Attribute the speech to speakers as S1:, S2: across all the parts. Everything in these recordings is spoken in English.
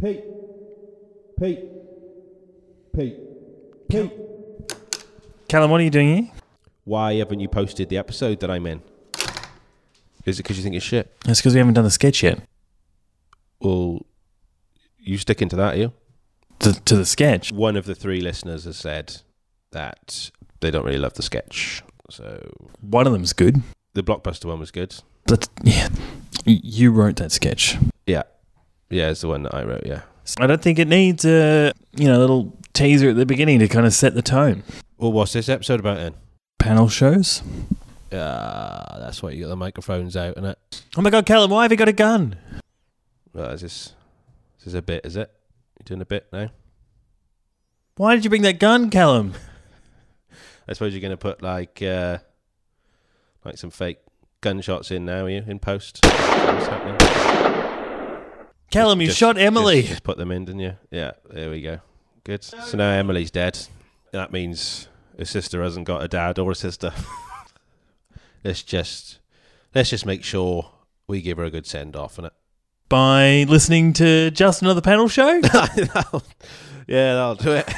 S1: Pete. Pete. Pete. Pete.
S2: Callum, what are you doing here?
S3: Why haven't you posted the episode that I'm in? Is it because you think it's shit?
S2: It's because we haven't done the sketch yet.
S3: Well, you stick into that, are you?
S2: To, to the sketch.
S3: One of the three listeners has said that they don't really love the sketch. So
S2: One of them's good.
S3: the blockbuster one was good.
S2: But yeah, Y- you wrote that sketch.
S3: Yeah. Yeah, it's the one that I wrote, yeah.
S2: I don't think it needs a you know little teaser at the beginning to kind of set the tone.
S3: Well, what's this episode about then?
S2: Panel shows.
S3: Ah, that's why you got the microphones out, and it.
S2: Oh my god, Callum, why have you got a gun?
S3: Well, is this, this is a bit, is it? You're doing a bit now?
S2: Why did you bring that gun, Callum?
S3: I suppose you're going to put like uh, like some fake gunshots in now, are you, in post? What's happening?
S2: Callum, you
S3: Just-
S2: shot Emily.
S3: Just, just put them in, didn't you? Yeah, there we go. Good. So now Emily's dead. That means her sister hasn't got a dad or a sister. let's just let's just make sure we give her a good send off, and
S2: By listening to just another panel show.
S3: that'll, yeah, that'll do it.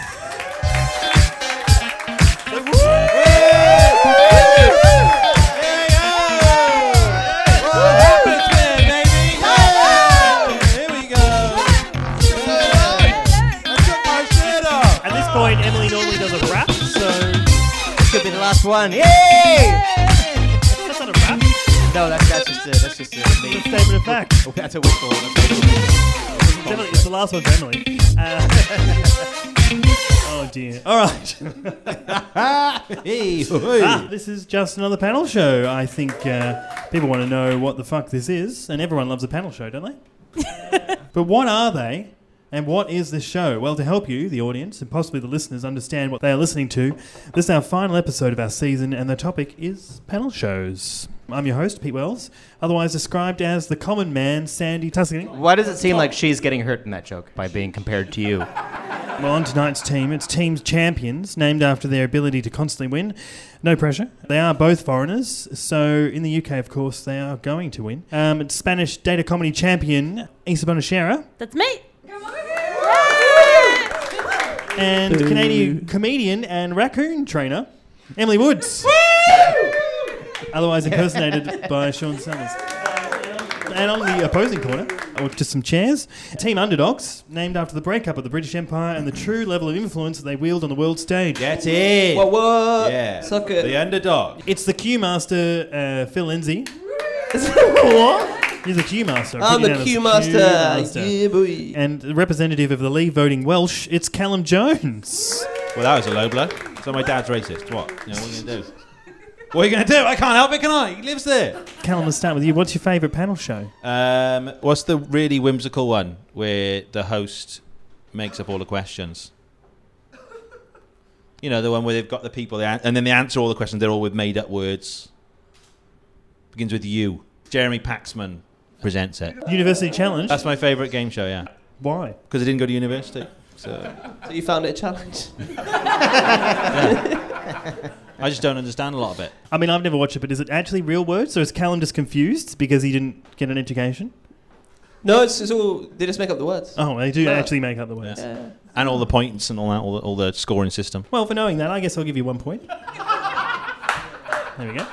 S2: At this point, Emily normally does a rap, so
S4: Could be the last one. Yay!
S2: that's not a rap.
S4: No, that's, that's just a, that's just a me.
S2: It's a statement of fact.
S4: That's a whistle. That's a whistle.
S2: Definitely, it's the last one, definitely. Uh, oh dear. All right. Ah, this is just another panel show. I think uh, people want to know what the fuck this is, and everyone loves a panel show, don't they? but what are they, and what is this show? Well, to help you, the audience, and possibly the listeners understand what they are listening to, this is our final episode of our season, and the topic is panel shows. I'm your host, Pete Wells, otherwise described as the common man, Sandy Tuscany.
S4: Why does it seem like she's getting hurt in that joke by being compared to you?
S2: Well, on tonight's team, it's teams champions, named after their ability to constantly win. No pressure. They are both foreigners, so in the UK, of course, they are going to win. Um, it's Spanish data comedy champion Isabella Shera
S5: That's me.
S2: and Canadian comedian and raccoon trainer Emily Woods, otherwise impersonated by Sean Summers. And on the opposing corner, or just some chairs, Team Underdogs, named after the breakup of the British Empire and the true level of influence that they wield on the world stage.
S3: Get in.
S4: What? What?
S3: yeah.
S4: Suck
S3: The
S4: it.
S3: underdog.
S2: It's the Q Master, uh, Phil Lindsay.
S4: what?
S2: He's a Q Master. I
S4: I'm
S2: put you down
S4: the
S2: as
S4: Q master.
S2: Q-Master.
S4: Yeah, boy.
S2: And the representative of the Leave voting Welsh, it's Callum Jones.
S3: Well, that was a low blow. So my dad's racist. What? You know, what are you going to do?
S1: What are you going to do? I can't help it, can I? He lives there.
S2: Callum, let's start with you. What's your favourite panel show?
S1: Um, what's the really whimsical one where the host makes up all the questions? You know, the one where they've got the people, they an- and then they answer all the questions. They're all with made up words. Begins with you. Jeremy Paxman presents it.
S2: University Challenge.
S1: That's my favourite game show, yeah.
S2: Why?
S1: Because I didn't go to university. So
S4: So you found it a challenge?
S1: I just don't understand a lot of it.
S2: I mean, I've never watched it, but is it actually real words, or is Callum just confused because he didn't get an education?
S4: No, it's, it's all. They just make up the words.
S2: Oh, they do
S4: No.
S2: actually make up the words.
S4: Yeah.
S1: And all the points and all that, all the, all the scoring system.
S2: Well, for knowing that, I guess I'll give you one point. there we go.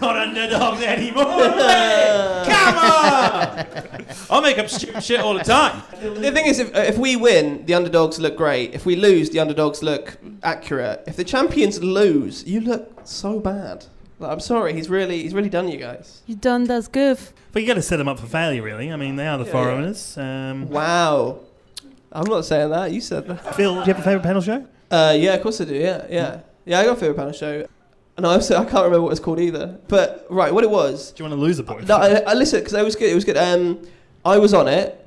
S2: Not underdogs anymore.
S1: I make up stupid shit all the time.
S4: The thing is, if, if we win, the underdogs look great. If we lose, the underdogs look accurate. If the champions lose, you look so bad. Like, I'm sorry, he's really he's really done you guys.
S5: You done das goof.
S2: but you got to set them up for failure, really. I mean, they are the
S4: Yeah, yeah.
S2: foreigners. Um,
S4: Wow. I'm not saying that. You said that.
S2: Phil, do you have a favourite panel show?
S4: Uh, yeah, of course I do. Yeah, yeah, yeah. I got a favorite panel show, and I also I can't remember what it's called either. But right, what it was.
S2: Do you want to lose a point?
S4: No, uh, I, I listened because it was good. It was good. Um, I was on it,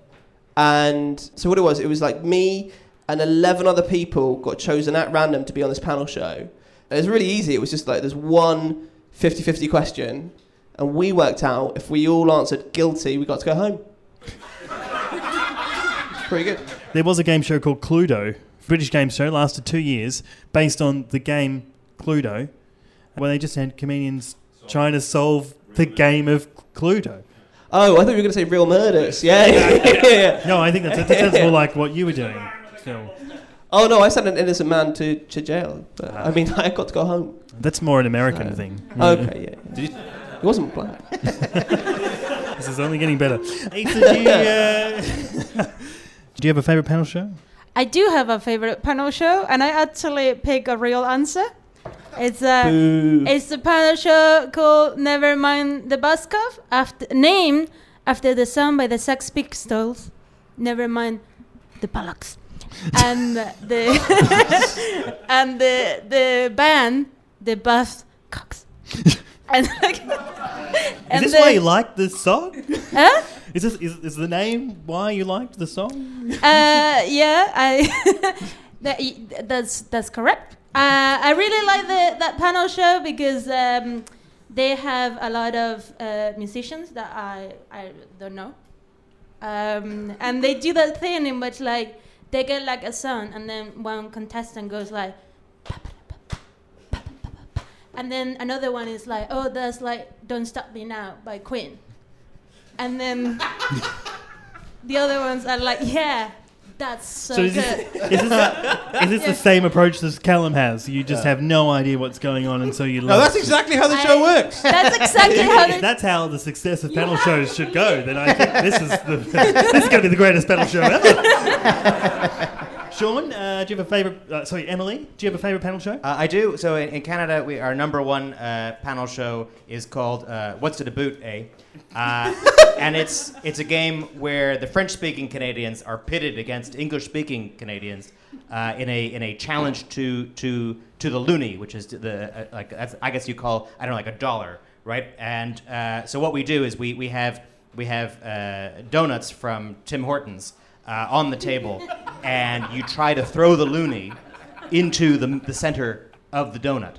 S4: and so what it was, it was like me and eleven other people got chosen at random to be on this panel show. And it was really easy. It was just like there's one 50-50 question, and we worked out if we all answered guilty, we got to go home. it's pretty good.
S2: There was a game show called Cluedo, British game show, lasted two years, based on the game Cluedo, where they just had comedians trying to solve the game of Cluedo.
S4: Oh, I thought you were going to say real murders. Yeah, yeah, yeah.
S2: No, I think that's, that sounds more like what you were doing. So
S4: Oh no, I sent an innocent man to, to jail. But,
S1: Ah.
S4: I mean, I got to go home.
S2: that's more an American thing.
S4: Okay, yeah. yeah.
S1: Hmm. Did you-
S4: He wasn't black.
S2: This is only getting better. Ethan, do, you, uh, do you have a favorite panel show?
S5: I do have a favorite panel show, and I actually pick a real answer. It's a
S4: Boo.
S5: it's a panel show called Never Mind the Buskov, after named after the song by the Sex Pistols. Never mind the Bollocks, and the and the the band the Buff Cocks. And like, and
S2: Is this
S5: the-
S2: why you liked this song?
S5: Huh?
S2: Is this is, is the name why you liked the song?
S5: uh, yeah, I that, y- that's that's correct. Uh, I really like the that panel show because um, they have a lot of uh, musicians that I I don't know, um, and they do that thing in which like they get like a song and then one contestant goes like. And then another one is like, oh, that's like "Don't Stop Me Now" by Queen, and then the other ones are like, yeah, that's so,
S2: So is
S5: good.
S2: this, is this, is this the same approach as Callum has? You just have no idea what's going on, and so you.
S1: No,
S2: love
S1: that's
S2: it.
S1: exactly how the
S5: I-
S1: show works.
S5: That's exactly how
S2: If
S5: they.
S2: that's how the success of panel shows should go, then I think this is the this is going to be the greatest panel show ever. Sean, uh, do you have a favorite? Uh, sorry, Emily, do you have a favorite panel show?
S6: Uh, I do. So in, in Canada, we, our number one uh, panel show is called uh, "What's to the Boot?" Eh? Uh, and it's it's a game where the French-speaking Canadians are pitted against English-speaking Canadians uh, in a in a challenge to to to the loonie, which is the uh, like that's, I guess you call I don't know like a dollar, right? And uh, so what we do is we we have we have uh, donuts from Tim Hortons uh, on the table, and you try to throw the loonie into the, the center of the donut.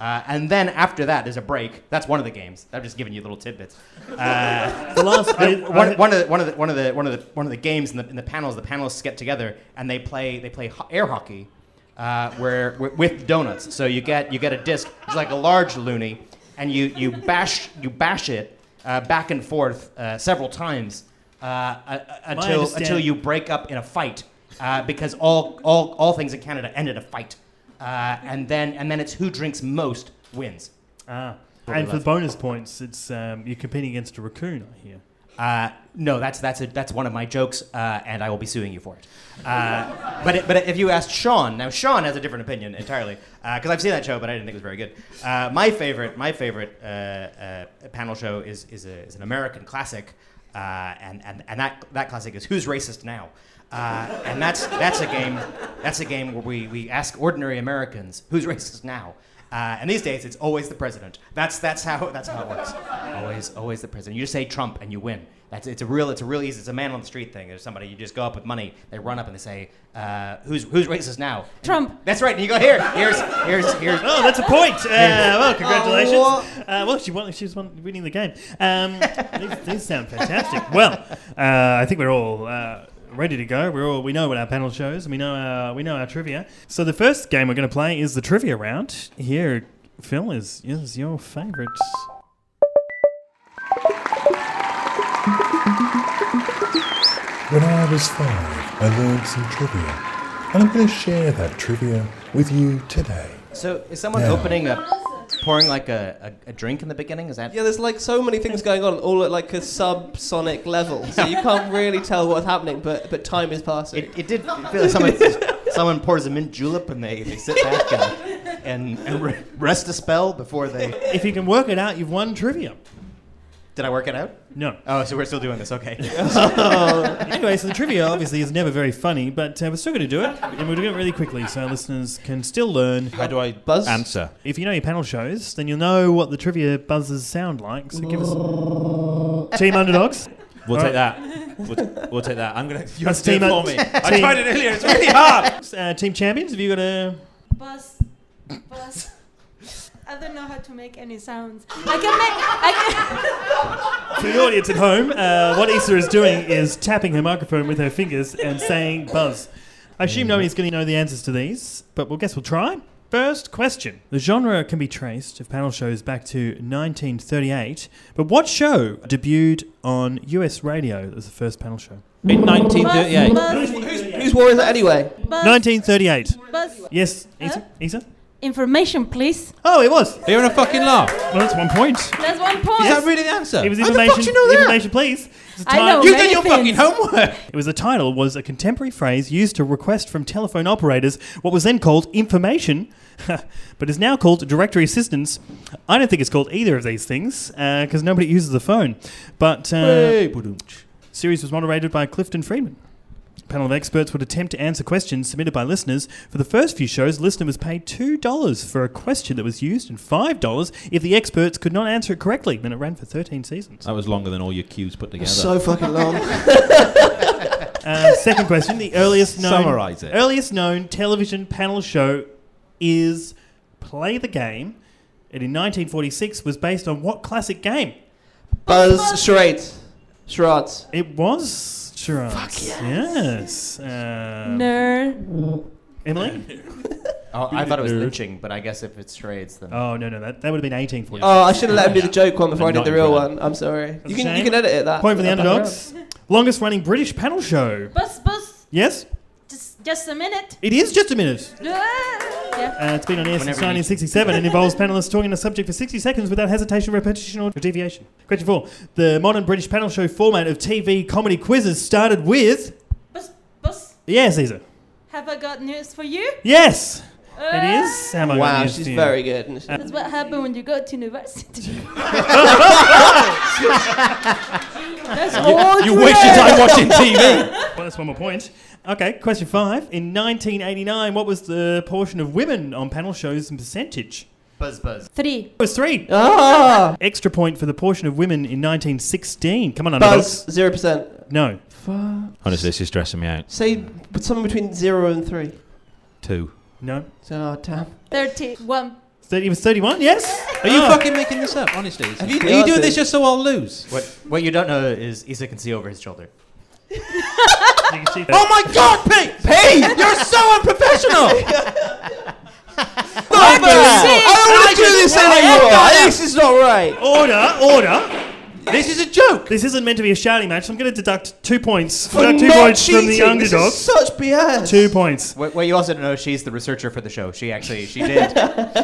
S6: Uh, and then after that, there's a break. That's one of the games. I'm just giving you little tidbits. Uh,
S2: The last I, I-
S6: One, one, of the, one, of the, one, of the, one, of the, one of the games in the, in the panels, the panelists get together and they play, they play ho- air hockey uh, where, wi- with donuts. So you get, you get a disc, it's like a large loony, and you, you, bash, you bash it uh, back and forth uh, several times uh, uh, until,
S2: understand-
S6: until you break up in a fight uh, because all, all, all things in Canada end in a fight. Uh, and, then, and then it's who drinks most wins.
S2: ah, and for bonus points, it's um, you're competing against a raccoon. I hear.
S6: Uh, no, that's that's a, that's one of my jokes, uh, and I will be suing you for it. Uh, but it, but if you asked Sean, now Sean has a different opinion entirely because I've seen that show, but I didn't think it was very good. Uh, my favorite my favorite uh, uh, panel show is is, a, is an American classic, uh, and, and and that that classic is Who's Racist Now, uh, and that's that's a game that's a game where we we ask ordinary Americans who's racist now. Uh, and these days, it's always the president. That's, that's, how, that's how it works. Always, always the president. You just say Trump and you win. That's, it's a real, it's a real easy, it's a man on the street thing. There's somebody, you just go up with money, they run up and they say, uh, who's, who's racist now? And-
S5: Trump.
S6: that's right, and you go, here, here's, here's, here's.
S2: Oh, that's a point. Uh, well, congratulations.
S6: Oh.
S2: Uh, well, she won, she's won, winning the game. Um, these, these sound fantastic. Well, uh, I think we're all uh, ready to go. We're all we know what our panel shows. and We know our we know our trivia. So the first game we're going to play is the trivia round. Here, Phil is is your favourite.
S7: When I was five, I learned some trivia, and I'm going to share that trivia with you today.
S6: So is someone
S7: Yeah.
S6: opening a, pouring like a, a, a drink in the beginning? Is that?
S4: Yeah, there's like so many things going on, all at like a subsonic level, so you can't really tell what's happening. But but time is passing.
S6: It, it did feel like someone, someone pours a mint julep and they, they sit back and, and, and re- rest a spell before they.
S2: If you can work it out, you've won trivia.
S6: Did I work it out?
S2: No.
S6: Oh, so we're still doing this, okay.
S2: Anyway, so the trivia obviously is never very funny, but uh, we're still going to do it, and we're doing it really quickly, so our listeners can still learn.
S1: How do I
S4: Buzz?
S1: answer?
S2: If you know your panel shows, then you'll know what the trivia buzzers sound like. So give us team underdogs.
S1: We'll
S2: All
S1: take that. We'll, t- we'll take that. I'm gonna. You
S2: That's
S1: have to do it
S2: team-
S1: for me. I
S2: team-
S1: tried it earlier. It's really hard.
S2: Uh, team champions. Have you got a?
S5: Bus, bus. I don't know how to make any sounds. I can make. I can.
S2: For the audience at home, uh, what Issa is doing is tapping her microphone with her fingers and saying "buzz." I assume nobody's going to know the answers to these, but we'll guess we'll try. First question. The genre can be traced of panel shows back to 1938, but what show debuted on US radio as the first panel show?
S1: In 1938.
S5: Buzz, buzz,
S4: Who's, whose war is it anyway?
S5: buzz,
S2: 1938.
S5: buzz.
S2: Yes,
S5: Huh?
S2: Isa? Isa?
S5: Information, please.
S2: Oh, it was.
S1: You're in a fucking laugh. Is
S2: Well, that's one point.
S5: That's one point.
S1: that really the answer?
S2: It was
S1: How the
S2: information.
S1: fuck do you know that?
S2: Information, please. It's a
S5: I
S2: time-
S5: know.
S1: You've done
S5: Many
S1: your fucking
S5: things.
S1: homework.
S2: It was the title was a contemporary phrase used to request from telephone operators what was then called information, but is now called directory assistance. I don't think it's called either of these things because nobody uses the phone. But uh,
S1: Hey, ba-dum-tch.
S2: series was moderated by Clifton Friedman. A panel of experts would attempt to answer questions submitted by listeners. For the first few shows, listener was paid two dollars for a question that was used, and five dollars if the experts could not answer it correctly. Then it ran for thirteen seasons.
S1: that was longer than all your cues put together.
S4: So fucking long.
S2: Uh, second question: The earliest known
S1: Summarise it.
S2: earliest known television panel show is Play the Game. It in 1946 was based on what classic game?
S4: Buzz charades. Charades.
S2: It was Charades. yes. Um,
S5: Nerd.
S2: Emily?
S6: Oh, I thought it was lynching, but I guess if it's charades, then
S2: Oh no no that, that would have been 1846.
S4: Oh, I should have let him do the joke one before I
S1: I'm
S4: did the
S1: not
S4: real
S1: impressed.
S4: one. I'm sorry. You
S2: a
S4: can, you
S2: shame.
S4: can edit it. That
S2: Point for the
S4: Oh. that back
S2: underdogs. Longest running British panel show.
S5: Buzz, buzz.
S2: Yes,
S5: Just, just a minute.
S2: it is just a minute.
S5: Yeah.
S2: Uh, it's been on air since
S6: Whenever you need
S2: 1967 and involves panelists talking on a subject for 60 seconds without hesitation, repetition, or deviation. Question four. The modern British panel show format of TV comedy quizzes started with.
S5: Buzz, buzz.
S2: Yes, Caesar.
S5: Have I got news for you?
S2: Yes!
S5: Uh,
S2: It is. Am I
S4: around. Wow,
S2: gonna use
S4: she's
S2: the-
S4: very good. isn't she?
S5: That's what happened when you go to university. That's all
S1: You waste your time watching TV.
S2: Well, that's one more point. Okay, question five. In 1989, what was the portion of women on panel shows in percentage?
S6: buzz buzz.
S5: Three.
S2: It was three.
S4: Ah,
S2: Extra point for the portion of women in 1916. Come on, underdogs.
S4: buzz zero percent.
S2: No.
S1: Honestly, this is stressing me out.
S4: Say but something between zero and three.
S1: Two.
S2: No.
S4: Oh damn.
S5: Thirty. One.
S2: Thirty- It was 31, yes?
S1: Are you
S2: Oh.
S1: fucking making this up? Honestly,
S4: Have you
S1: are you doing
S4: noticed?
S1: this just so I'll lose?
S6: What what you don't know is Issa can see over his shoulder.
S2: You can see that.
S1: Oh my god, Pete! Pete, you're so unprofessional.
S4: Fuck
S1: I
S4: I don't
S1: don't
S4: want to do this anymore. This is not right.
S2: Order, order.
S1: This is a joke.
S2: This isn't meant to be a shouting match. so I'm going to deduct two points.
S4: For
S2: deduct two
S4: not
S2: points from the
S4: cheating, this is
S2: underdog.
S4: Such BS.
S2: Two points.
S6: What, what you also don't know, she's the researcher for the show. She actually she did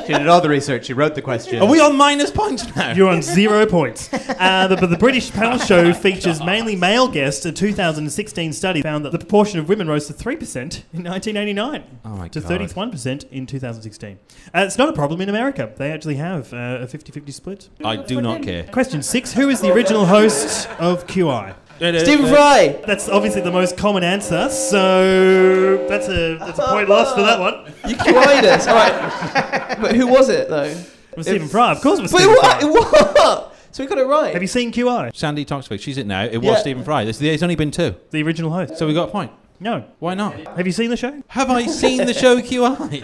S6: she did all the research. She wrote the question.
S1: Are we on minus points now?
S2: You're on zero points. Uh, the, but the British panel show features mainly male guests. A 2016 study found that the proportion of women rose to 3% in 1989
S1: oh my
S2: to 31% in 2016. Uh, it's not a problem in America. They actually have uh, a 50 50 split.
S1: I do not care.
S2: Question six Who is the original host of QI?
S4: Stephen Fry.
S2: That's obviously the most common answer, so that's a, that's a point lost for that one.
S4: You cried us. All right. But who was it though?
S2: It was Stephen Fry, of course. It was
S4: But
S2: Stephen Fry.
S4: what? What? So we got it right.
S2: Have you seen QI,
S1: Sandy Toxvig, she's it now. It
S4: Yeah.
S1: was Stephen Fry. This, there's only been two,
S2: the original host?
S1: so we got a point.
S2: No.
S1: Why not?
S2: Have you seen the show?
S1: Have I seen the show QI?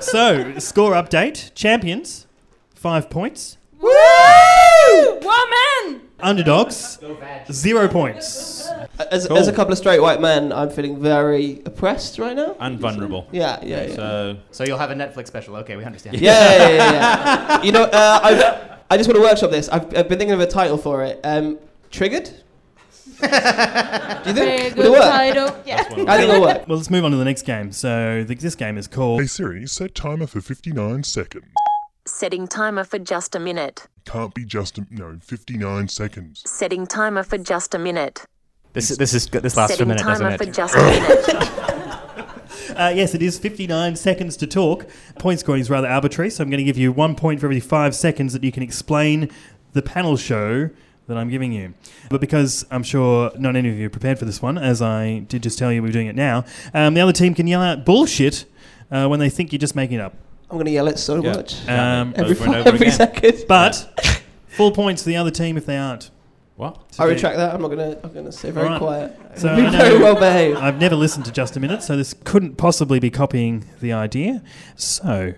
S2: So, score update: champions, five points;
S5: Woo! Woman.
S2: underdogs, zero points.
S4: As, as a couple of straight white men, I'm feeling very oppressed right now.
S1: And vulnerable.
S4: Yeah, yeah, yeah.
S1: So
S6: so you'll have a Netflix special. Okay, we understand.
S4: Yeah, yeah, yeah, yeah, yeah. you know, uh, I've, I just want to workshop this. I've, I've been thinking of a title for it. Um, Triggered? Do you
S5: Very
S4: think? Would it
S5: good
S4: work?
S5: title. Yeah.
S4: I think it'll work.
S2: Well, let's move on to the next game. So, the, this game is
S7: Hey
S2: called
S7: Siri, set timer for 59 seconds.
S8: Setting timer for just a minute.
S7: Can't be just a, no 59 seconds.
S8: Setting timer for just a minute.
S6: This this is this lasts for a
S8: Setting
S6: minute,
S8: timer
S6: doesn't
S8: for
S6: it?
S8: just a minute.
S2: Uh, yes, it is 59 seconds to talk. Point scoring is rather arbitrary, so I'm going to give you one point for every five seconds that you can explain the panel show that I'm giving you. But because I'm sure not any of you are prepared for this one, as I did just tell you we are doing it now, um, the other team can yell out bullshit uh, when they think you're just making it up.
S4: I'm going to yell it so
S1: Yeah.
S4: much.
S2: Um,
S1: Over
S4: Every,
S1: and over
S4: every
S1: again.
S4: second.
S2: But full points to the other team if they aren't.
S1: what?
S4: I retract that. I'm not going to I'm going to stay very
S2: Alright.
S4: quiet.
S2: So
S4: Be
S2: I know-
S4: very well behaved.
S2: I've never listened to Just a Minute, so this couldn't possibly be copying the idea. So,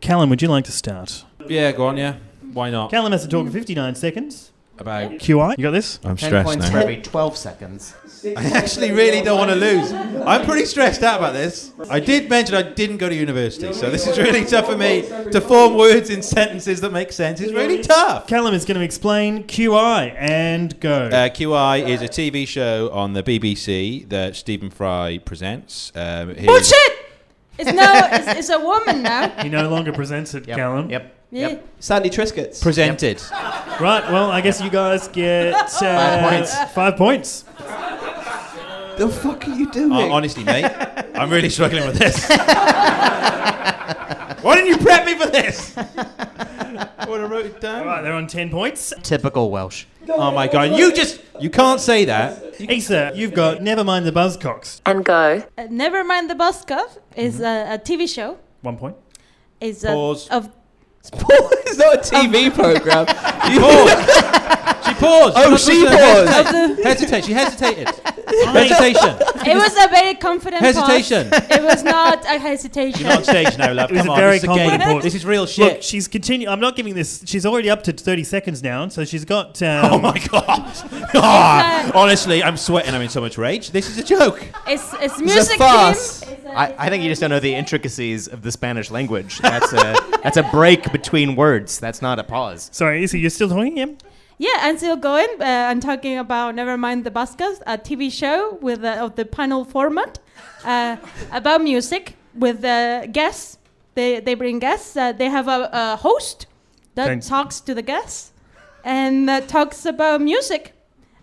S2: Callum, would you like to start?
S1: Yeah, go on. Yeah, why not?
S2: Callum has to talk for 59 seconds.
S3: About
S2: QI, you got this?
S1: I'm
S6: Ten
S1: stressed
S6: points
S1: now.
S6: for every 12 seconds.
S1: I actually really don't want to lose. I'm pretty stressed out about this. I did mention I didn't go to university, so this is really tough for me to form words in sentences that make sense. It's really tough.
S2: Callum is going to explain QI and go.
S1: Uh, QI is a TV show on the BBC that Stephen Fry presents. Um, his-
S5: Bullshit! It's no, it's, it's a woman now.
S2: he no longer presents it,
S6: Yep.
S2: Callum.
S6: Yep.
S5: Yeah.
S6: Yep.
S4: Sandy Triscuits.
S1: Presented.
S2: Right, well, I guess you guys get uh,
S6: Five points.
S2: Five points.
S4: the fuck are you doing?
S1: Uh, honestly, mate, I'm really struggling with this. Why didn't you prep me for this? I would have wrote it
S2: All
S1: down.
S2: right, they're on 10 points.
S6: Typical Welsh.
S1: Oh my god, you just you can't say that.
S2: Issa, you've got Never Mind the Buzzcocks.
S8: and go.
S5: Uh, Never mind the bus cuff is a, a TV show.
S2: One point.
S5: Is
S1: Pause.
S5: of
S4: it's not a TV program.
S1: She paused. She paused.
S4: Oh, she
S1: Hesitate.
S4: paused.
S1: Hesitate. She hesitated. Hesitation.
S5: it was a very confident pause.
S1: Hesitation.
S5: It was not a hesitation.
S1: You're not on stage now, love.
S2: It was
S1: Come
S2: a
S1: on,
S2: very
S1: this is a game.
S2: confident pause.
S1: This is real shit.
S2: Look, she's continue. I'm not giving this. She's already up to 30 seconds now, so she's got.
S1: oh
S2: Um,
S1: my god. Ah, honestly, I'm sweating. I'm in so much rage. This is a joke.
S5: It's it's music
S4: farce.
S5: team. It's a-
S6: I, I think you just don't know the intricacies of the Spanish language. That's a, that's a break between words. That's not a pause.
S2: sorry, Issa, you're still talking? Yeah.
S5: Yeah, I'm still going. Uh, I'm talking about Never Mind the Buskers, a TV show with uh, of the panel format uh, about music with uh, guests. They they bring guests. Uh, they have a, a host that
S2: Thanks.
S5: talks to the guests and uh, talks about music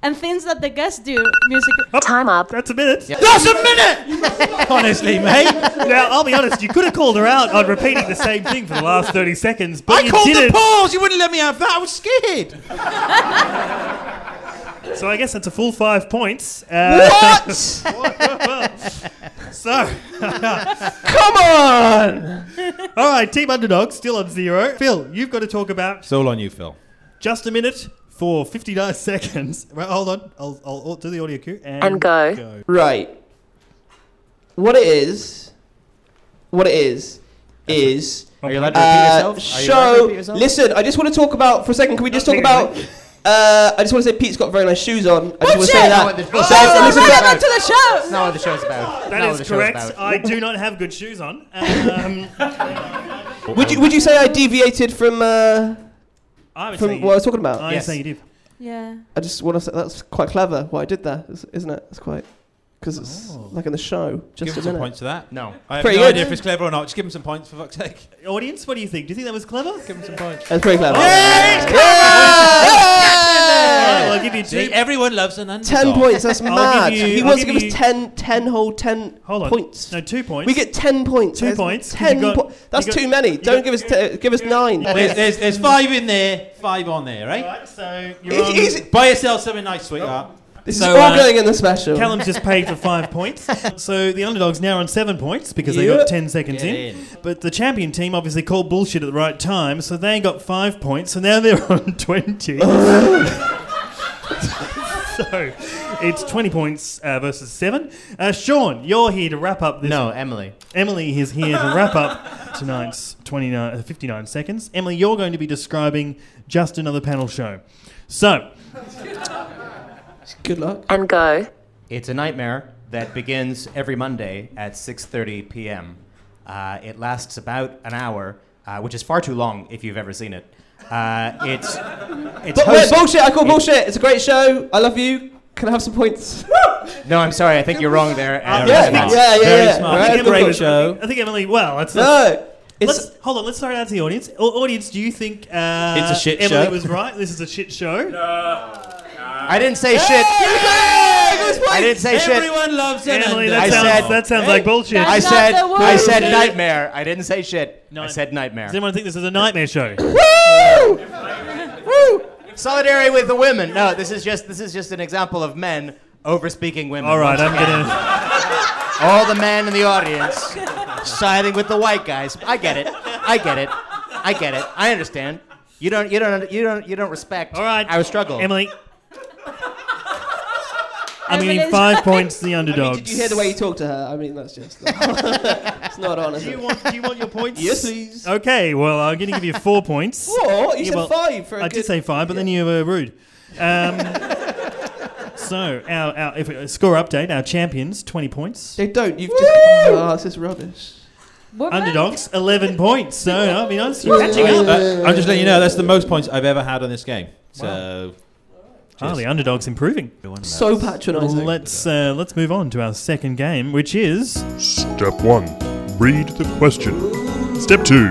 S5: and things that the guests do. Music.
S2: Oh,
S8: Time up.
S2: That's a minute.
S1: That's a minute. honestly, mate.
S2: Now, I'll be honest, you could have called her out on repeating the same thing for the last 30 seconds, but
S1: I
S2: you
S1: called the
S2: didn't.
S1: pause. You wouldn't let me have that. I was scared.
S2: so I guess that's a full five points. Uh,
S4: What?
S2: so,
S4: Come on!
S2: all right, Team Underdog still on zero. Phil, you've got to talk about
S1: It's all on you, Phil.
S2: just a minute for 59 seconds. Right, hold on, I'll, I'll, I'll do the audio cue and,
S8: And go.
S4: Right. What it is, what it is, is.
S6: Are you allowed to repeat
S4: Uh,
S6: yourself? Are you allowed to
S4: show.
S6: repeat yourself?
S4: Listen, I just want to talk about for a second. Can we just talk about? Uh, I just want to say Pete's got very nice shoes on. I just want to
S5: Bullshit!
S4: say that.
S6: Oh,
S4: So,
S6: it's
S4: so listen to
S5: Relevant
S4: that.
S5: to the show.
S6: That's not what the show's about.
S2: That is correct. I do not have good shoes on. Um,
S4: Would you would you say I deviated from uh,
S2: I would say
S4: from
S2: you-
S4: what I was talking about?
S2: I
S6: Yes.
S2: say you did.
S5: Yeah.
S4: I just want to say that's quite clever. What I did there, is- isn't it? It's quite because it's like in the show. Just
S1: Give him
S4: a
S1: some
S4: minute.
S1: points for that.
S6: no.
S1: I have
S4: Pretty
S1: no
S4: good.
S1: idea if it's clever or not. Just give him some points for fuck's sake.
S2: Audience, what do you think? Do you think that was clever?
S4: That's pretty clever.
S2: All right, well, I'll give you two.
S1: See, everyone loves an underdog.
S4: Ten points. That's
S2: give
S4: mad.
S2: you-
S4: he
S2: I'll
S4: wants to
S2: give
S4: give
S2: you-
S4: us 10, 10 whole ten
S2: Hold on.
S4: points.
S2: No, two points.
S4: we get ten points.
S2: Two
S4: That's
S2: points, 'cause
S4: Ten.
S2: you got-
S4: po- that's
S2: you got-
S4: too many.
S2: you
S4: Don't
S2: got-
S4: give us. Te- give us nine.
S1: There's, there's, there's five in there, five on there,
S2: All
S1: right?
S2: right, so you're
S4: It's
S2: on.
S4: easy.
S1: Buy yourself something nice, sweetheart.
S4: This
S1: So,
S4: is all
S1: uh,
S4: going in the special.
S2: Callum's just paid for five points. So the underdog's now on seven points because they
S4: Yep.
S2: got 10 seconds
S1: Get
S2: in.
S1: in.
S2: But the champion team obviously called bullshit at the right time, so they got five points. So now they're on 20. so it's 20 points uh, versus seven. Uh, Sean, you're here to wrap up this.
S6: No, Emily.
S2: Emily is here to wrap up tonight's 29, uh, 59 seconds. Emily, you're going to be describing just another panel show. So,
S4: Good luck.
S8: And go.
S6: It's a nightmare that begins every Monday at 6:30 p.m. Uh, it lasts about an hour, uh, which is far too long if you've ever seen it. Uh, it's it's
S4: But wait,
S6: host-
S4: bullshit. I call bullshit. It's a great show. I love you. Can I have some points?
S6: no, I'm sorry, I think you're wrong there. Aaron.
S1: Very
S4: Uh, yeah,
S1: smart.
S4: yeah, yeah,
S1: Very
S4: yeah.
S1: smart.
S4: Right,
S1: It's a great
S4: good.
S1: show.
S2: I think Emily, well, that's
S4: No, it's
S2: Let's, hold on, let's throw it out to the audience. O- audience, do you think uh,
S1: It's a shit
S2: Emily
S1: show.
S2: was right? This is a shit show.
S6: I didn't say shit. I didn't say shit.
S1: Everyone loves an underdog.
S2: Emily, that
S6: I
S2: sounds,
S6: said-
S2: that sounds like bullshit.
S6: I
S5: That's
S6: said
S5: not the word.
S6: I said nightmare. I didn't say shit. I
S2: Night-
S6: said
S2: Does
S6: nightmare.
S2: anyone think this is a nightmare show?
S6: Solidarity with the women. No, this is just this is just an example of men over speaking women.
S2: All right, I'm gonna.
S6: All the men in the audience siding with the white guys. I get it. I get it. I get it. I understand. You don't. You don't. You don't. You don't respect.
S2: All right,
S6: Our struggle.
S2: Emily. I'm
S5: Emily's
S2: getting five
S5: right.
S2: points to the
S4: I mean,
S2: underdogs.
S4: did you hear the way you talked to her? I mean, that's just. it's not on, is
S2: do you
S4: it?
S2: want? Do you want your points?
S4: Yes, please.
S2: Okay, well, I'm going to give you four points.
S4: Four? You
S2: Yeah,
S4: said
S2: well,
S4: five for a
S2: I
S4: good.
S2: did say five, but then you were rude. Um, so, our, our if, uh, score update our champions, 20 points.
S4: They don't. You've just. Oh, this is rubbish.
S5: We're back.
S2: Underdogs, 11 points. So, I'll be honest with you.
S6: Catching up.
S1: Uh, I'm just letting you know that's the most points I've ever had on this game. So
S2: Ah, the underdog's improving.
S4: So patronising.
S2: Let's uh, let's move on to our second game, which is
S7: Step 1 Read the question. Step 2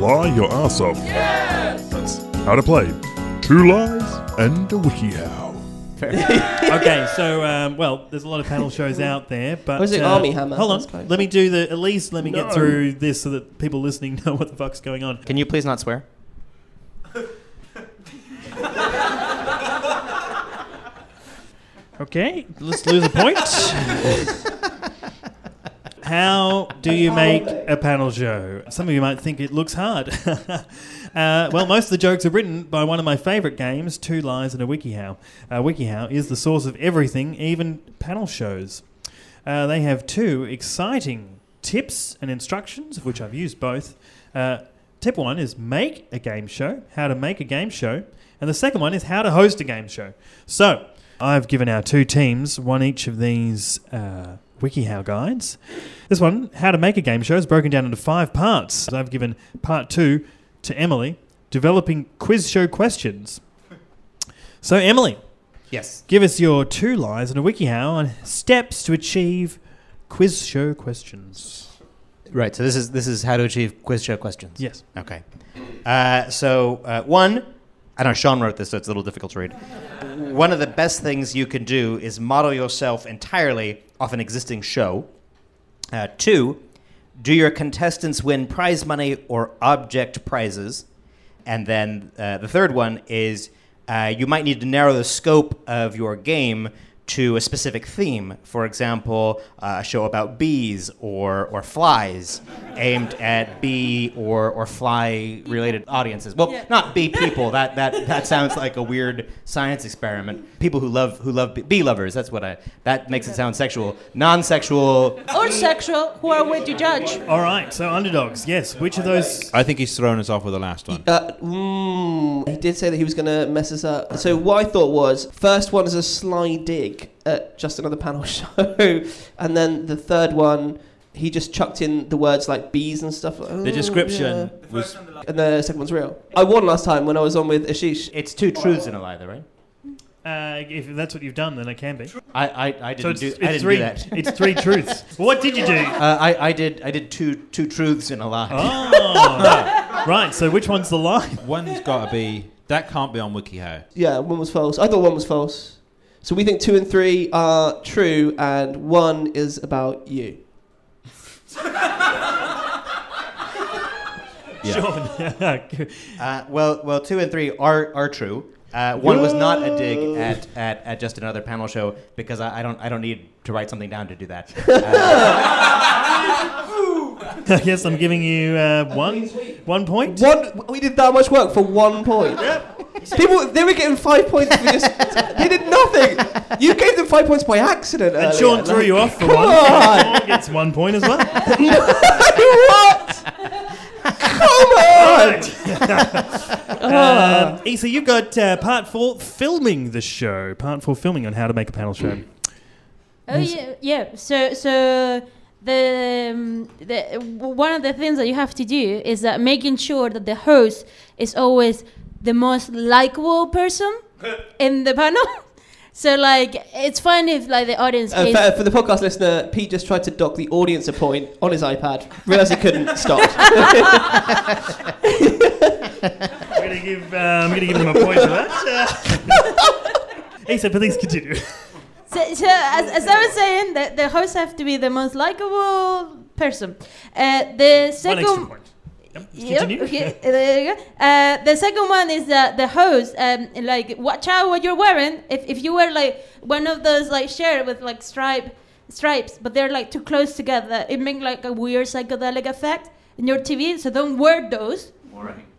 S7: Lie your ass off. That's how to play. Two lies and a wiki how.
S2: okay. So um, well, there's a lot of panel shows out there, but uh,
S4: Was it Army Hammer?
S2: Hold
S4: That's
S2: on,
S4: close.
S2: let me do the at least let me
S7: No.
S2: get through this so that people listening know what the fuck's going on.
S6: Can you please not swear?
S2: Okay, let's lose a point. How do you make a panel show? Some of you might think it looks hard. uh, well, most of the jokes are written by one of my favourite games, Two Lies and a WikiHow. Uh, WikiHow is the source of everything, even panel shows. Uh, they have two exciting tips and instructions, of which I've used both. Uh, tip one is make a game show, how to make a game show, and the second one is how to host a game show. So I've given our two teams one each of these uh, WikiHow guides. This one, how to make a game show, is broken down into five parts. I've given part two to Emily, developing quiz show questions. So Emily,
S6: Yes.
S2: Give us your two lies and a WikiHow on steps to achieve quiz show questions.
S6: Right. So this is this is how to achieve quiz show questions.
S2: Yes.
S6: Okay. Uh, so, uh, one, I know Sean wrote this, so it's a little difficult to read. One of the best things you can do is model yourself entirely off an existing show. Uh, two, do your contestants win prize money or object prizes? And then uh, the third one is uh, you might need to narrow the scope of your game to a specific theme. For example, uh, a show about bees or, or flies aimed at bee or, or fly related audiences. Well,
S5: Yeah.
S6: not bee people. That, that, that sounds like a weird science experiment. People who love, who love bee, bee lovers. That's what I, that makes it sound sexual. Non sexual.
S5: Or sexual, who are we to judge?
S2: All right, so underdogs, yes. Which of those?
S1: I think he's thrown us off with the last one.
S4: Uh, mm, he did say that he was going to mess us up. So what I thought was first one is a sly dig at just another panel show, and then the third one he just chucked in the words like bees and stuff. Like,
S1: The
S4: "Oh,
S1: description was
S4: yeah." And the second one's real. I won last time when I was on with Ashish.
S6: It's two truths and a lie, though, right?
S2: Uh, if that's what you've done, then it can be. So
S6: I, I, I didn't,
S2: it's,
S6: do,
S2: it's
S6: I didn't
S2: three.
S6: do that.
S2: It's three truths. Well, what did you do?
S6: Uh, I, I did I did two two truths and a lie.
S2: Oh, right. So which one's the lie?
S1: one's got to be that can't be on WikiHow.
S4: Yeah, one was false. I thought one was false. So we think two and three are true, and one is about you.
S2: Sean.
S6: Uh, well, well, two and three are are true. Uh, one was not a dig at, at, at just another panel show because I, I don't I don't need to write something down to do that. Uh,
S2: I guess I'm giving you uh, one one point.
S4: One, we did that much work for one point. People, they were getting five points. For just, they did nothing. You gave them five points by accident.
S2: And
S4: earlier.
S2: Sean threw
S4: Like,
S2: you off for
S4: Come
S2: one.
S4: on.
S2: Sean gets one point as well.
S4: what? Come on!
S2: Um, Issa, you've got uh, part four filming the show. Part four filming on how to make a panel show.
S5: Oh yeah, yeah. So so the, um, the one of the things that you have to do is that making sure that the host is always the most likable person in the panel. So like it's fine if like the audience
S4: Uh,
S5: is
S4: for, for the podcast listener, Pete just tried to dock the audience a point on his iPad. Realised he couldn't. Stop.
S2: I'm gonna give uh, I'm gonna give them a point for that. Uh, Issa, please continue.
S5: So, so as, as I was saying, the, the hosts have to be the most likable person. Uh, the
S2: One
S5: second
S2: extra point. Yep, let's
S5: Yep,
S2: continue.
S5: okay, there you go. Uh, the second one is that the host, um, like, watch out what you're wearing. If, if you wear like one of those like shirt with like stripe stripes, but they're like too close together, it makes like a weird psychedelic effect in your TV. So don't wear those.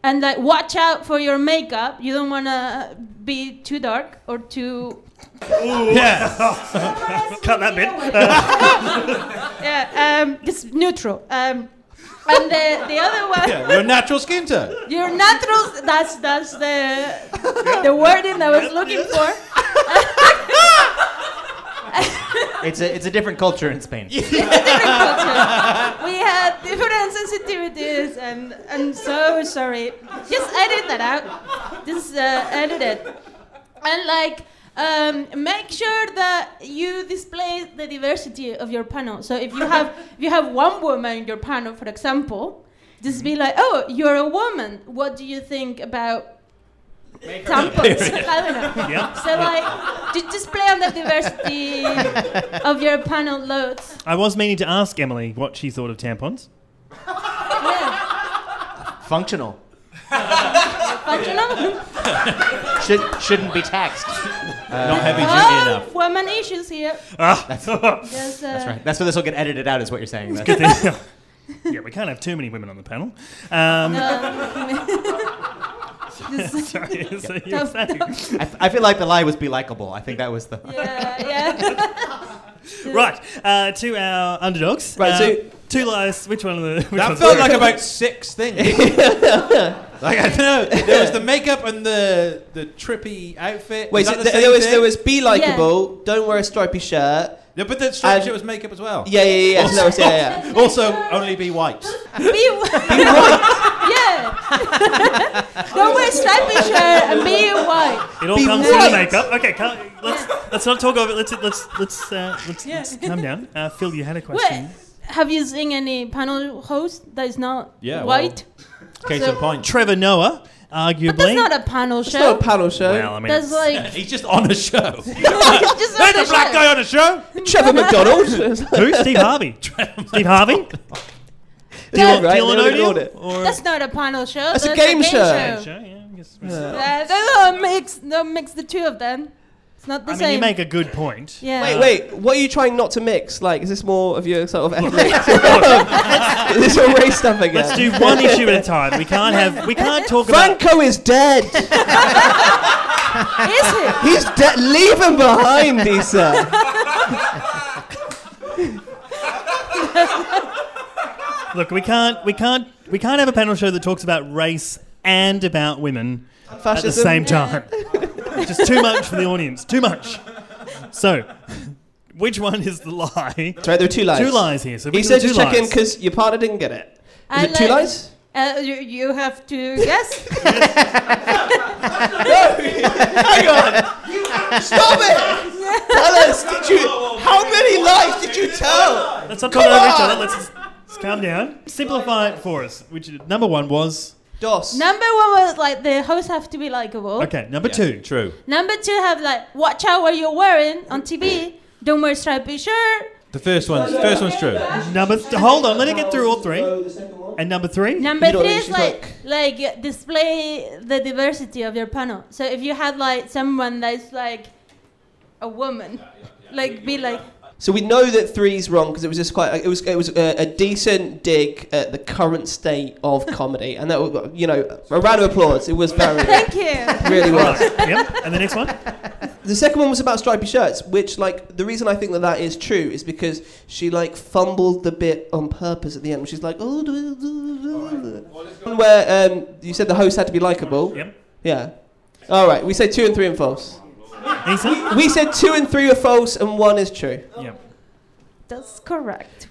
S5: And like, watch out for your makeup. You don't wanna be too dark or too.
S2: Yeah. Cut that bit.
S5: Yeah, um, just neutral. Um, and the, the other one,
S1: Yeah, your natural skin tone.
S5: your natural. That's that's the the wording I was looking for.
S6: It's a it's a different culture in Spain.
S5: It's a different culture. We had different sensitivities, and I'm so sorry. Just edit that out. Just uh, edit it. And like, um, make sure that you display the diversity of your panel. So if you have if you have one woman in your panel, for example, just be like, oh, you're a woman. What do you think about? Tampons. I don't know.
S2: Yeah.
S5: So like, ju- just play on the diversity of your panel loads.
S2: I was meaning to ask Emily what she thought of tampons.
S5: Yeah.
S6: Functional.
S5: Functional?
S6: Should shouldn't be taxed.
S3: Not heavy duty
S5: Oh,
S3: enough.
S5: woman issues here.
S2: Ah.
S5: There's, uh,
S6: That's right. That's where this will get edited out, is what you're saying. That's-
S2: yeah, we can't have too many women on the panel. Um,
S5: Just-
S2: sorry, so you were
S5: Don't-
S2: saying.
S6: I, I feel like the lie was be likable. I think that was the.
S5: yeah, yeah.
S2: Right, uh, to our underdogs.
S4: Right,
S2: Uh,
S4: so-
S2: two lies. Which one of the? Which
S1: That
S2: one's
S1: felt
S2: the-
S1: like about six things. like I don't know. There was the makeup and the the trippy outfit.
S4: Wait,
S1: was
S4: so
S1: that the
S4: th-
S1: same
S4: there was
S1: thing?
S4: there was be likable. Don't wear a stripy shirt.
S1: No, but the striped
S4: and-
S1: shirt was makeup as well.
S4: Yeah, yeah, yeah. yeah. So there was, yeah, yeah.
S1: Also, only be wipes.
S5: uh, Be white. yeah. Don't wear stripy shirt and uh, be white.
S2: It all
S4: Be
S2: comes from the
S4: right.
S2: makeup. Okay, can't, let's let's not talk over. it. Let's let's let's uh, let's,
S5: Yeah.
S2: let's calm down. Uh, Phil, you had a question.
S5: Wait, have you seen any panel host that is not
S3: Yeah,
S5: white?
S1: Case
S5: So-
S1: in point.
S2: Trevor Noah, arguably.
S5: but that's not a panel
S4: It's not
S5: show.
S4: a panel show.
S2: well, I mean,
S5: that's like
S1: He's just on a show.
S5: just not
S1: There's a black guy on a show.
S4: Trevor McDonald.
S2: who? Steve Harvey. Steve Harvey.
S4: Yeah,
S2: Dylan- Dylan
S4: they already
S2: O'Neill?
S4: got it.
S2: Or
S5: That's not a panel show.
S4: That's a game show.
S2: Sure, yeah, I guess-
S5: Yeah, don't mix, don't mix the two of them. It's not the
S2: I mean,
S5: same.
S2: you make a good point.
S5: yeah.
S4: Wait, wait. What are you trying not to mix? Like, is this more of your sort of ethnic? is this all race stuff again?
S2: Let's do one issue at a time. We can't have. We can't talk about.
S4: Franco is dead.
S5: Is it?
S4: He's dead. Leave him behind, he said.
S2: Look, we can't. We can't. We can't have a panel show that talks about race and about women at the
S4: Fascism.
S2: same time. Just too much for the audience. Too much. So, which one is the lie?
S4: That's right, there were two lies.
S2: Two lies here. So
S4: He
S2: which
S4: said
S2: of the
S4: just
S2: two
S4: check in
S2: lies?
S4: because your partner didn't get it. Is
S5: I
S4: it two
S5: like-
S4: lies?
S5: Uh, you, you have to guess.
S4: Hang on! Stop it! Tell us, did you. How many lies did you tell?
S2: Let's not talk over each
S4: on!
S2: other. Let's just, just calm down. Simplify it for us. Which number one was
S4: DOS.
S5: number one was like the hosts have to be likable.
S2: okay. Number two.
S3: True.
S5: Number two have like watch out what you're wearing on TV. Don't wear stripy shirt.
S3: The first one's first one's true.
S2: Number. Th- hold on. Let me get through all three. And number three.
S5: Number
S4: You don't
S5: three is
S4: actually
S5: like like uh, display the diversity of your panel. So if you had like someone that's like a woman, like be like
S4: So we know that three's wrong because it was just quite. It was it was a, a decent dig at the current state of comedy, and that was, you know a round of applause. It was very
S5: thank you.
S4: really
S2: All right.
S4: was.
S2: Yep. And the next one.
S4: The second one was about stripy shirts, which like the reason I think that that is true is because she like fumbled the bit on purpose at the end. She's like, oh, do, do, do. One where um, you said the host had to be likable.
S2: Yep.
S4: Yeah. All right. We said two and three and false.
S2: Ethan.
S4: We said two and three are false and one is true.
S2: Yep.
S5: That's correct.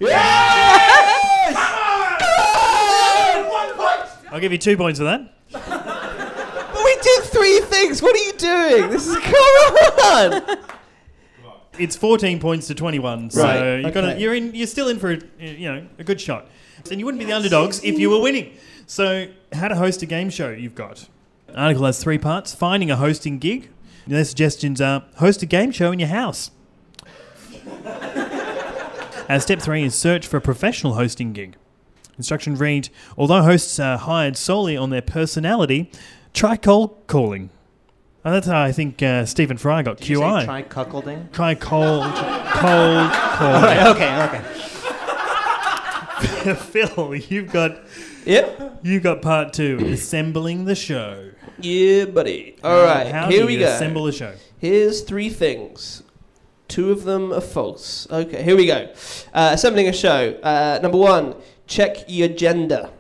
S2: I'll give you two points for that.
S4: But we did three things. What are you doing? This is come on.
S2: It's 14 points to 21, so
S4: Right,
S2: you got
S4: okay.
S2: you're in. You're still in for a, you know a good shot, and you wouldn't be the underdogs if you were winning. So, how to host a game show? You've got An article has three parts: finding a hosting gig. And Their suggestions are host a game show in your house. uh, step three is search for a professional hosting gig. Instructions read: Although hosts are hired solely on their personality, try cold calling. And that's how I think uh, Stephen Fry got
S6: You
S2: QI.
S6: say try cuckolding.
S2: Try cold, cold, cold.
S6: Right, okay, okay.
S2: Phil, you've got
S4: Yep.
S2: you got part two, assembling the show.
S4: Yeah, buddy. All right.
S2: How
S4: here
S2: do
S4: we
S2: you
S4: go.
S2: Assemble a show.
S4: Here's three things. Two of them are false. Okay, here we go. Uh, assembling a show. Uh, number one, Check your gender.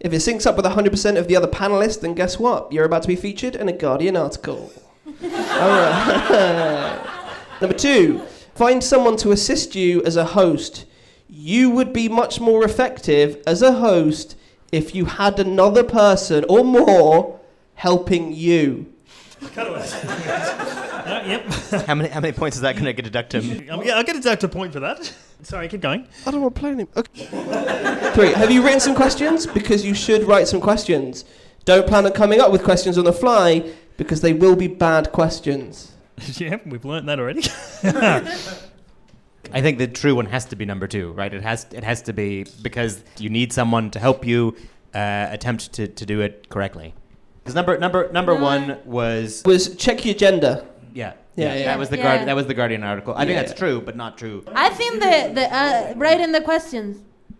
S4: If it syncs up with 100% of the other panelists, then guess what? You're about to be featured in a Guardian article. All right. Number two, find someone to assist you as a host. You would be much more effective as a host if you had another person or more helping you.
S2: Uh, yep.
S6: How many how many points is that going to deduct him?
S2: Um, yeah, I'll get a doctor point for that. Sorry, keep going.
S4: I don't want to play anymore. Okay. Three. Have you written some questions? Because you should write some questions. Don't plan on coming up with questions on the fly because they will be bad questions.
S2: yep, we've learnt that already.
S6: I think the true one has to be number two, right? It has it has to be because you need someone to help you uh, attempt to, to do it correctly. Because number number number one was
S4: Was check your gender.
S6: yeah
S4: Yeah, yeah.
S6: that was the
S5: Yeah.
S6: guard that was the Guardian article. I think
S4: Yeah.
S6: that's true, but not true.
S5: I think the, the uh, writing the questions.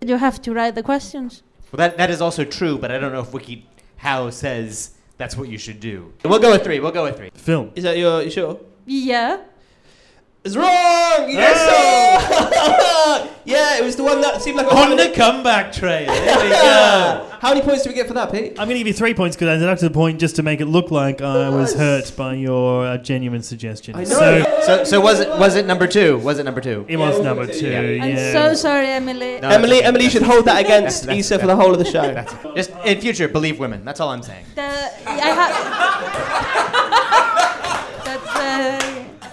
S5: You have to write the questions.
S6: Well, that that is also true, but I don't know if Wiki How says that's what you should do. We'll go with three. We'll go with three.
S2: Film.
S4: Is that your? You sure?
S5: Yeah.
S4: It's wrong. Yes. sir! yeah, it was the one that seemed like. a-
S1: On the comeback trail. There we go.
S4: How many points did we get for that, Pete?
S2: I'm going to give you three points because I deducted a point just to make it look like I was
S4: Nice.
S2: hurt by your uh, genuine suggestion.
S4: I know.
S2: So
S6: So so was it was it number two? Was it number two?
S2: it was number two. Yeah.
S5: I'm so sorry, Emily.
S6: No,
S4: Emily,
S6: that's okay.
S4: Emily should hold that against
S6: That's-
S4: Issa for the whole of the show.
S6: Just in future, believe women. That's all I'm saying.
S5: The, I have. That's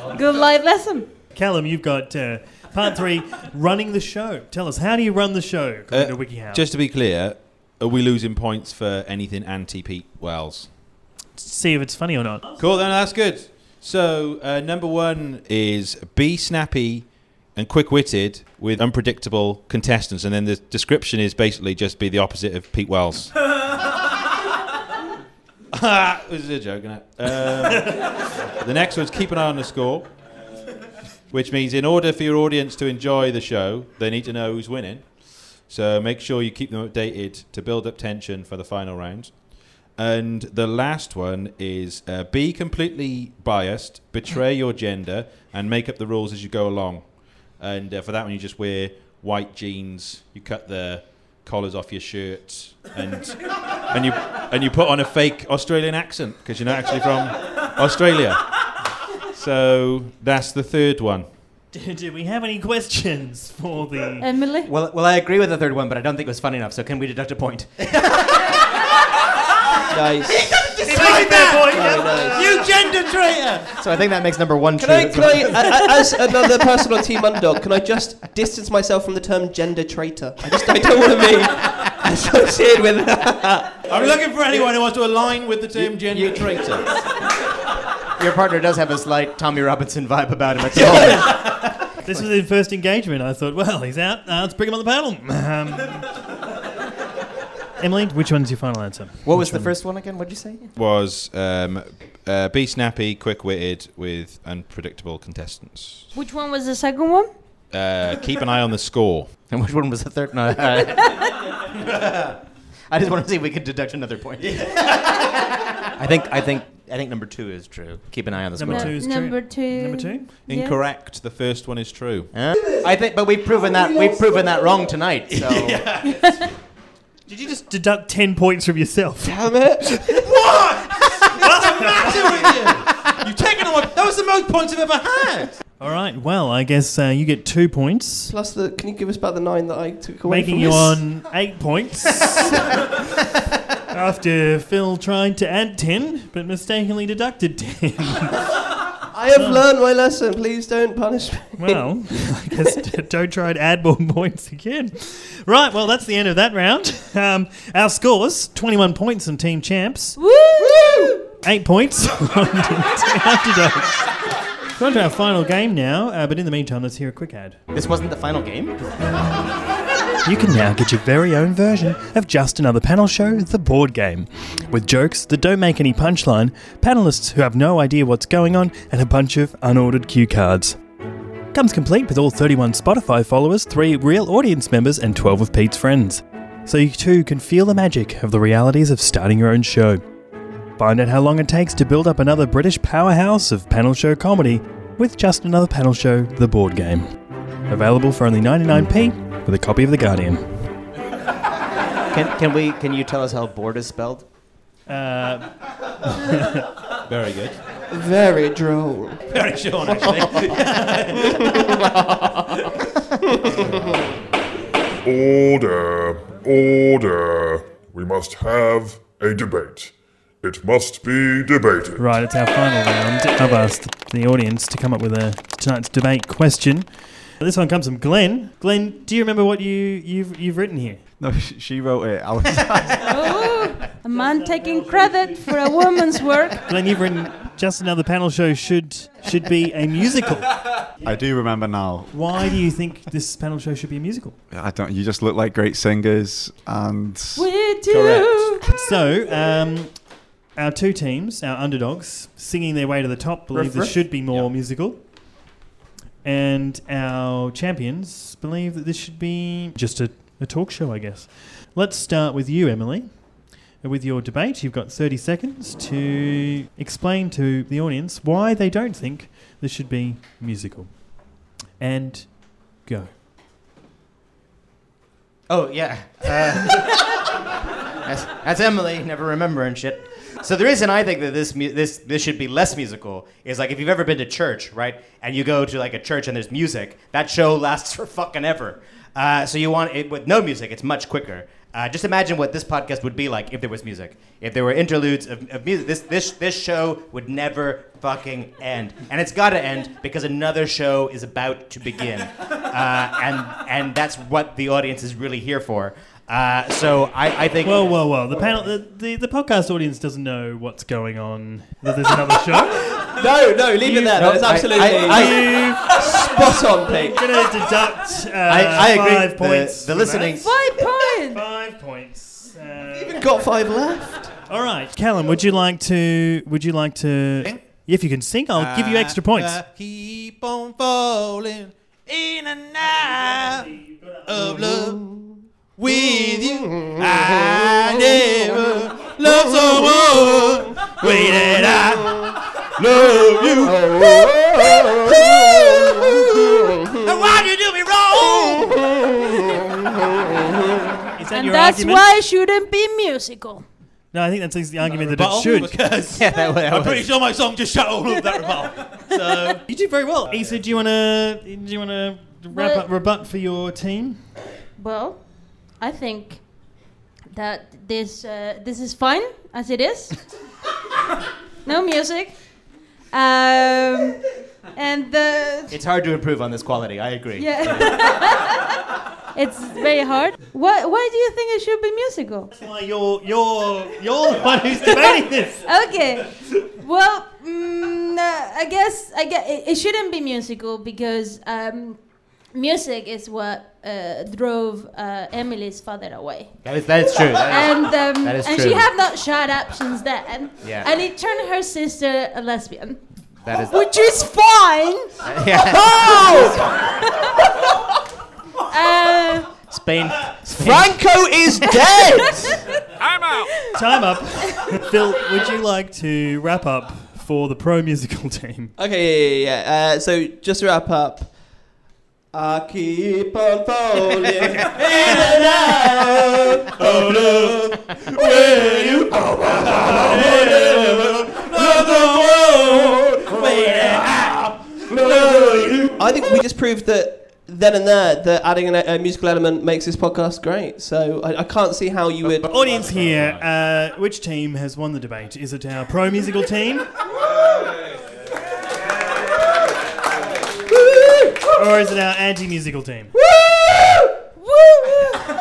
S5: a good life lesson.
S2: Callum, you've got uh, part three, running the show. Tell us, how do you run the show? According to
S3: Uh,
S2: WikiHow.
S1: Just to be clear, are we losing points for anything anti Pete Wells?
S2: see if it's funny or not.
S1: Cool, then that's good. So, uh, number one is be snappy and quick witted with unpredictable contestants. And then the description is basically just be the opposite of Pete Wells. Ah, it was a joke, innit? Um, the next one's keep an eye on the score, which means in order for your audience to enjoy the show, they need to know who's winning. So make sure you keep them updated to build up tension for the final round. And the last one is uh, be completely biased, betray your gender, and make up the rules as you go along. And uh, for that one, you just wear white jeans, you cut the collars off your shirt, and and you and you put on a fake Australian accent because you're not actually from Australia. So that's the third one.
S2: Do, do we have any questions for the?
S5: Emily.
S6: Well, well, I agree with the third one, but I don't think it was fun enough. So can we deduct a point?
S4: nice. Very nice.
S1: You gender traitor!
S6: So I think that makes number one
S4: Can
S6: true.
S4: I, can I, a- a- as another person on Team Underdog, can I just distance myself from the term gender traitor? I just I don't want to be associated with
S1: I'm looking for anyone who wants to align with the term gender
S6: you-
S1: traitor.
S6: Your partner does have a slight Tommy Robinson vibe about him at the moment.
S2: This was his first engagement. I thought, well, he's out. Uh, let's bring him on the panel. Um, Emily, which one's your final answer?
S6: What was the first one again? What'd you say?
S1: was um, uh, be snappy, quick witted, with unpredictable contestants.
S5: Which one was the second one?
S1: Uh, keep an eye on the score.
S6: And which one was the third? No. I just want to see if we could deduct another point. I think I think I think number two is true. Keep an eye on the
S2: Number
S5: No,
S6: score.
S2: two is
S5: number
S2: true.
S5: two.
S2: Number two.
S5: Yeah.
S1: Incorrect. The first one is true.
S6: Huh? I think, but we've proven that we've proven that wrong tonight. So
S2: Did you just deduct ten points from yourself?
S4: Damn it.
S1: You've taken on that was the most points I've ever had.
S2: All right. Well, I guess uh, you get two points,
S4: Plus, the, can you give us back the nine that I took away?
S2: making
S4: from
S2: you
S4: this?
S2: on eight points. After Phil tried to add ten, but mistakenly deducted ten.
S4: I have learned my lesson. Please don't punish me.
S2: Well, I guess d- don't try and add more points again. Right, well, that's the end of that round. Um, our scores 21 points on Team Champs,
S5: Woo!
S2: 8 points on Team Underdogs. We're on to our final game now, uh, but in the meantime, let's hear a quick ad.
S6: this wasn't the final game.
S2: You can now get your very own version of Just Another Panel Show, the board game. With jokes that don't make any punchline, panelists who have no idea what's going on, and a bunch of unordered cue cards. Comes complete with all 31 Spotify followers, 3 real audience members, and 12 of Pete's friends. So you too can feel the magic of the realities of starting your own show. Find out how long it takes to build up another British powerhouse of panel show comedy with Just Another Panel Show, the board game. Available for only 99p with a copy of The Guardian.
S6: Can, can we? Can you tell us how bored is spelled?
S2: Uh,
S1: Very good.
S4: Very droll.
S1: Very Sean, actually.
S7: Order, order. We must have a debate. It must be debated.
S2: Right, it's our final round. I've asked the audience to come up with a tonight's debate question. This one comes from Glenn. Glenn, do you remember what you you've you've written here?
S9: No, she, she wrote it. I was,
S5: Ooh, a man taking credit for a woman's work.
S2: Glenn, you've written just another panel show should should be a musical.
S9: I do remember now.
S2: Why do you think this panel show should be a musical?
S9: I don't. You just look like great singers, and
S5: We do.
S1: Correct.
S2: So, um, our two teams, our underdogs, singing their way to the top, believe
S4: Ruff,
S2: there
S4: ruff.
S2: should be more musical. And our champions believe that this should be just a, a talk show, I guess. Let's start with you, Emily. With your debate, you've got 30 seconds to explain to the audience why they don't think this should be musical. And go.
S6: Oh yeah. Uh, that's, that's Emily, never remembering shit. So the reason I think that this mu- this this should be less musical is like if you've ever been to church, right? And you go to like a church and there's music, that show lasts for fucking ever. Uh, so you want it with no music, it's much quicker. Uh, just imagine what this podcast would be like if there was music. If there were interludes of, of music, this this this show would never fucking end, and it's got to end because another show is about to begin, uh, and and that's what the audience is really here for. Uh, so I, I think
S2: Whoa, whoa, whoa. The panel, the, the, the podcast audience doesn't know what's going on, that there's another show.
S4: No, no, leave it there.
S6: No,
S4: That is
S6: I-
S4: absolutely
S6: I, I,
S4: spot on, Pete.
S2: I'm gonna deduct uh,
S6: I, I agree.
S2: five points.
S6: The, the
S2: for
S6: listening.
S2: that. Five
S5: Five points.
S2: points. Uh,
S4: Got five left.
S2: all right, Callum. Would you like to? Would you like to?
S3: Sing?
S2: If you can sing, I'll give you extra points.
S6: Uh,
S3: I keep on falling in and out of love with you. I never loved someone. Wait, did I love you? And why do you do me wrong?
S2: Is that
S5: And
S2: your
S5: that's
S2: argument?
S5: why it shouldn't be musical.
S2: No, I think that's the argument that it
S1: Rebuttal,
S2: should.
S1: Because
S6: Yeah, that, that
S1: I'm
S6: was-
S1: pretty sure my song just shut all of that rebuttal. So
S2: You did very
S6: Uh,
S2: well. Issa, do you wanna? Do you wanna wrap
S5: Well-
S2: up rebut for your team?
S5: Well, I think that this uh, this is fine as it is. no music. Um, and the
S6: It's hard to improve on this quality. I agree.
S5: yeah. It's very hard. Why, why do you think it should be musical?
S2: Why you're you're you're the one who's debating this.
S5: okay. Well, mm, uh, I guess I guess it, it shouldn't be musical because um, music is what uh, drove uh, Emily's father away,
S6: That is, that is true. That is-
S5: and um,
S6: Ah, That is
S5: and
S6: true.
S5: she have not shut up since then.
S6: Yeah.
S5: And it turned her sister a lesbian,
S6: that is.
S5: which is fine.
S6: Yeah.
S5: Uh,
S6: Spain.
S4: Franco is dead.
S2: Time up. Phil, would you like to wrap up for the pro musical team?
S4: Okay, yeah, yeah, yeah. Uh, so just to wrap up. I keep on falling in and out of love Oh, when you oh, I think we just proved that then and there that adding an, a musical element makes this podcast great. So I, I can't see how you would.
S2: Audience here, uh, which team has won the debate? Is it our pro musical team? or is it our anti musical team?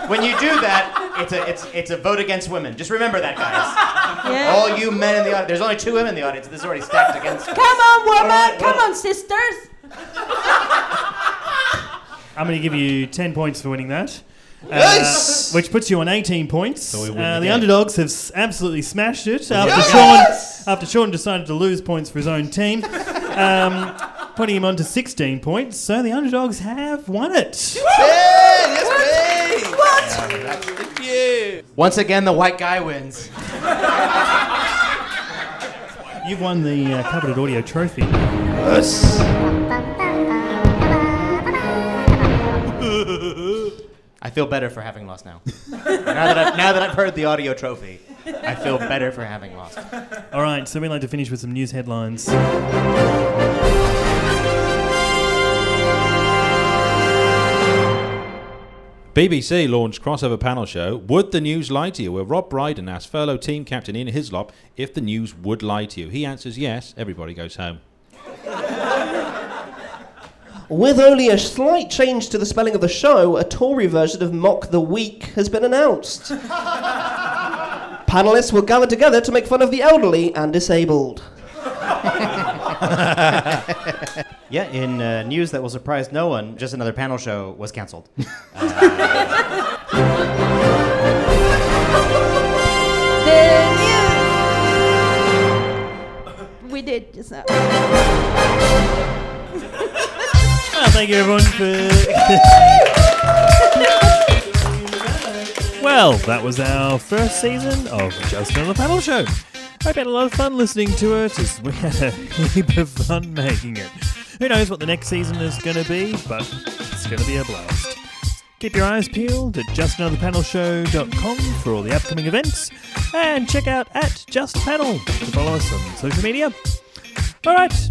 S6: When you do that, it's a it's it's a vote against women. Just remember that, guys.
S5: yeah.
S6: All you men in the audience. There's only two women in the audience. This is already stacked against. you.
S5: Come on, woman!
S2: right,
S5: Come
S2: well-
S5: on, sisters!
S2: I'm going to give you 10 points for winning that. Uh,
S4: Yes!
S2: Which puts you on 18 points.
S1: we win
S2: uh,
S1: the
S2: the
S1: game.
S2: underdogs have s- absolutely smashed it after, Sean, after Sean decided to lose points for his own team, um, putting him on to 16 points. So the underdogs have won it.
S4: yes, please. Thank you.
S6: Once again, the white guy wins.
S2: You've won the uh, coveted audio trophy.
S4: Yes.
S6: I I feel better for having lost now. now, that I've, now that I've heard the audio trophy, I feel better for having lost.
S2: All right, so we'd like to finish with some news headlines.
S1: BBC launched crossover panel show Would the News Lie to You? where Rob Brydon asks fellow team captain Ian Hislop if the news would lie to you. He answers yes, everybody goes home.
S4: With only a slight change to the spelling of the show, a Tory version of Mock the Week has been announced. Panelists will gather together to make fun of the elderly and disabled.
S6: Yeah, in uh, news that will surprise no one, just another panel show was cancelled.
S5: The news. We did just now.
S2: Ah, thank you, everyone, for. well, that was our first season of Just Another Panel Show. I've had a lot of fun listening to it, as we had a heap of fun making it. Who knows what the next season is going to be, but it's going to be a blast. Keep your eyes peeled at justanotherpanelshow.com for all the upcoming events, and check out at Just Panel to follow us on social media. All right,